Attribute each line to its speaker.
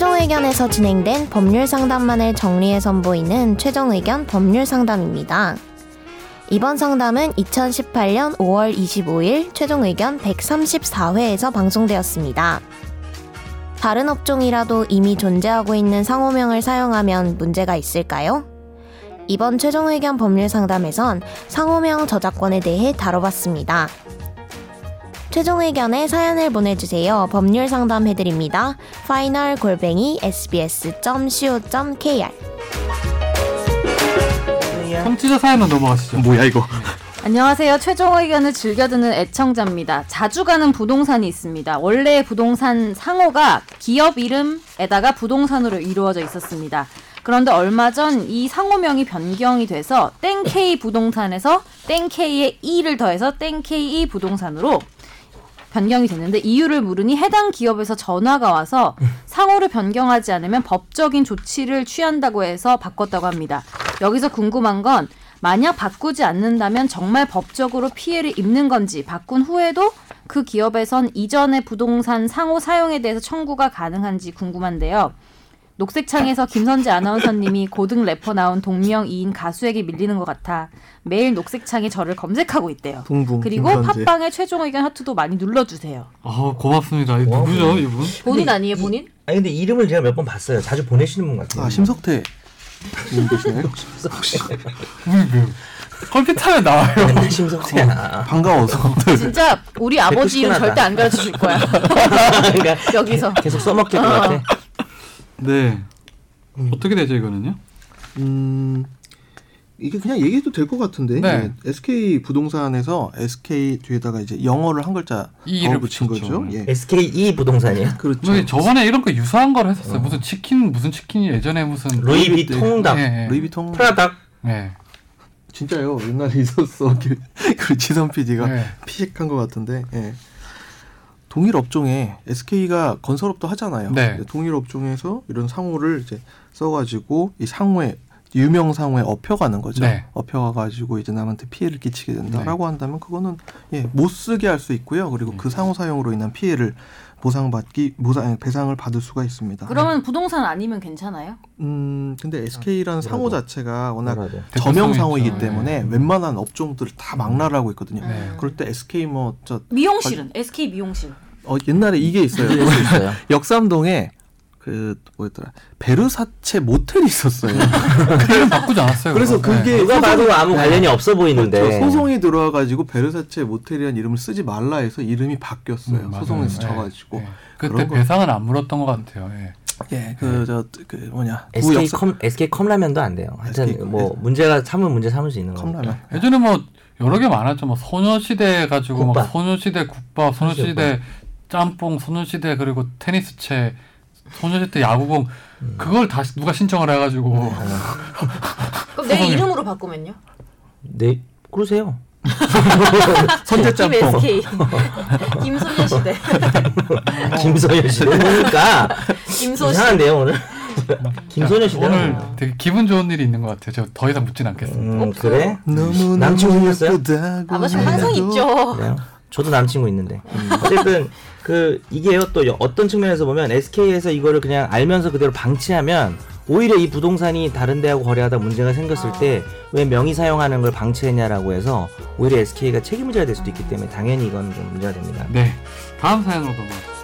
Speaker 1: 법원에서 진행된 법률 상담만을 정리해 선보이는 최종 의견 법률 상담입니다. 이번 상담은 2018년 5월 25일 최종 의견 134회에서 방송되었습니다. 다른 업종이라도 이미 존재하고 있는 상호명을 사용하면 문제가 있을까요? 이번 최종 의견 법률 상담에선 상호명 저작권에 대해 다뤄봤습니다. 최종 의견에 사연을 보내주세요. 법률 상담 해드립니다. 파이널 골뱅이 sbs.co.kr
Speaker 2: 청취자 사연은 넘어가시죠.
Speaker 3: 뭐야 이거?
Speaker 4: 안녕하세요. 최종 의견을 즐겨 듣는 애청자입니다. 자주 가는 부동산이 있습니다. 원래 부동산 상호가 기업 이름에다가 부동산으로 이루어져 있었습니다. 그런데 얼마 전 이 상호명이 변경이 돼서 땡K 부동산에서 땡K의 E를 더해서 땡KE 부동산으로 변경이 됐는데 이유를 물으니 해당 기업에서 전화가 와서 상호를 변경하지 않으면 법적인 조치를 취한다고 해서 바꿨다고 합니다. 여기서 궁금한 건 만약 바꾸지 않는다면 정말 법적으로 피해를 입는 건지 바꾼 후에도 그 기업에선 이전의 부동산 상호 사용에 대해서 청구가 가능한지 궁금한데요. 녹색창에서 김선재 아나운서님이 고등 래퍼 나온 동명 이인 가수에게 밀리는 것 같아 매일 녹색창에 저를 검색하고 있대요.
Speaker 3: 붕붕.
Speaker 4: 그리고 팟빵의 최종 의견 하트도 많이 눌러주세요. 네.
Speaker 2: 아 고맙습니다. 이 누구죠 이분?
Speaker 4: 본인 아니에요, 본인?
Speaker 5: 아니 근데 이름을 제가 몇 번 봤어요. 자주 보내시는 분 같아요.
Speaker 3: 아 심석태 님 계시나요?
Speaker 2: 컴퓨터에 나와요.
Speaker 5: 맨날 심석태야.
Speaker 3: 반가워서.
Speaker 4: 진짜 우리 아버지 이름 절대 안 가르쳐 줄 거야.
Speaker 5: 그러니까
Speaker 4: 여기서. 어.
Speaker 5: 계속 써먹게 것 같아.
Speaker 2: 네. 어떻게 되죠 이거는요?
Speaker 3: 음 이게 그냥 얘기해도 될 것 같은데
Speaker 2: 네.
Speaker 3: 예, SK 부동산에서 SK 뒤에다가 이제 영어를 한 글자
Speaker 2: 이를
Speaker 3: 더 붙인
Speaker 2: 붙였죠. 네.
Speaker 3: 거죠. 예.
Speaker 5: SKE E 부동산이요.
Speaker 3: 그렇죠.
Speaker 2: 저희 저번에 이런 거 유사한 걸 했었어요. 무슨 치킨 무슨 치킨이 예전에 무슨
Speaker 5: 루이비통답,
Speaker 2: 예, 예.
Speaker 3: 루이비통
Speaker 5: 프라닥.
Speaker 2: 예.
Speaker 3: 진짜요. 옛날에 있었어. 그 지선 PD가
Speaker 2: 네.
Speaker 3: 피식한 것 같은데. 예. 동일 업종에 SK가 건설업도 하잖아요.
Speaker 2: 네.
Speaker 3: 근데 동일 업종에서 이런 상호를 이제 써가지고 이 상호에 유명 상호에 업혀가는 거죠.
Speaker 2: 네.
Speaker 3: 업혀가가지고 이제 남한테 피해를 끼치게 된다라고 한다면 그거는 예, 못 쓰게 할 수 있고요. 그리고
Speaker 2: 음.
Speaker 3: 그 상호 사용으로 인한 피해를 보상받기 보상 아니, 배상을 받을 수가 있습니다.
Speaker 4: 그러면 부동산 아니면 괜찮아요?
Speaker 3: 음 근데
Speaker 2: 아,
Speaker 3: SK라는 상호
Speaker 5: 뭐라도.
Speaker 3: 자체가 워낙
Speaker 5: 뭐라도.
Speaker 3: 저명 상호이기
Speaker 2: 대표성이 있죠.
Speaker 3: 때문에 웬만한 업종들을 다 망라하고 있거든요.
Speaker 2: 네.
Speaker 3: 그럴 때 SK 뭐저
Speaker 4: 미용실은 SK 아, 미용실.
Speaker 3: 어, 옛날에 이게 있어요.
Speaker 2: 예.
Speaker 5: 있어요.
Speaker 3: 역삼동에 그 뭐였더라 베르사체 모텔이 있었어요.
Speaker 2: 그 이름 바꾸지 않았어요.
Speaker 3: 그래서
Speaker 2: 그거. 예.
Speaker 3: 그게
Speaker 5: 누가 봐도 아무 관련이 없어 보이는데.
Speaker 3: 저 소송이 들어와가지고 베르사체 모텔이라는 이름을 쓰지 말라 해서 이름이 바뀌었어요.
Speaker 2: 음, 맞아요.
Speaker 3: 소송에서
Speaker 2: 예.
Speaker 3: 져가지고
Speaker 2: 예. 그때
Speaker 3: 그런 거-
Speaker 2: 배상은 안 물었던 것 같아요. 예.
Speaker 3: 예 그 저 그 뭐냐 구
Speaker 5: SK
Speaker 3: 역삼
Speaker 5: 컴 SK 컴라면도 안 돼요. 하여튼
Speaker 3: SK
Speaker 5: 뭐 문제가 참은 문제 삼을 수 있는 거.
Speaker 3: 컵라면
Speaker 2: 예전에 뭐 여러 개 많았죠. 뭐 소녀시대 가지고 막
Speaker 5: 국밥.
Speaker 2: 소녀시대 국밥, 소녀시대 짬뽕, 소녀시대 그리고 테니스채, 소녀시대 야구공 그걸 다시 누가 신청을 해가지고
Speaker 4: 그럼 내
Speaker 2: 죄송해요.
Speaker 4: 이름으로 바꾸면요?
Speaker 5: 네 그러세요.
Speaker 3: 선제
Speaker 4: 김
Speaker 3: 짬뽕
Speaker 4: SK. 김소녀시대.
Speaker 5: 김소연 씨 보니까
Speaker 4: 김소시.
Speaker 5: 이상한데요 오늘.
Speaker 4: 음.
Speaker 5: 김소연 씨
Speaker 2: 오늘 되게 기분 좋은 일이 있는 것 같아요. 저 더 이상 묻진 않겠습니다.
Speaker 5: 음 그래?
Speaker 3: 너무
Speaker 5: 남친 생겼어요?
Speaker 4: 아버지 환상 있죠.
Speaker 5: 그래요? 저도 남친구 있는데. 어쨌든 그 이게요 또 여- 어떤 측면에서 보면 SK에서 이거를 그냥 알면서 그대로 방치하면 오히려 이 부동산이 다른 데하고 거래하다 문제가 생겼을 때 왜 명의 사용하는 걸 방치했냐라고 해서 오히려 SK가 책임을 져야 될 수도 있기 때문에 당연히 이건 좀 문제가 됩니다.
Speaker 2: 음. 네, 다음 사연으로 넘어가겠습니다.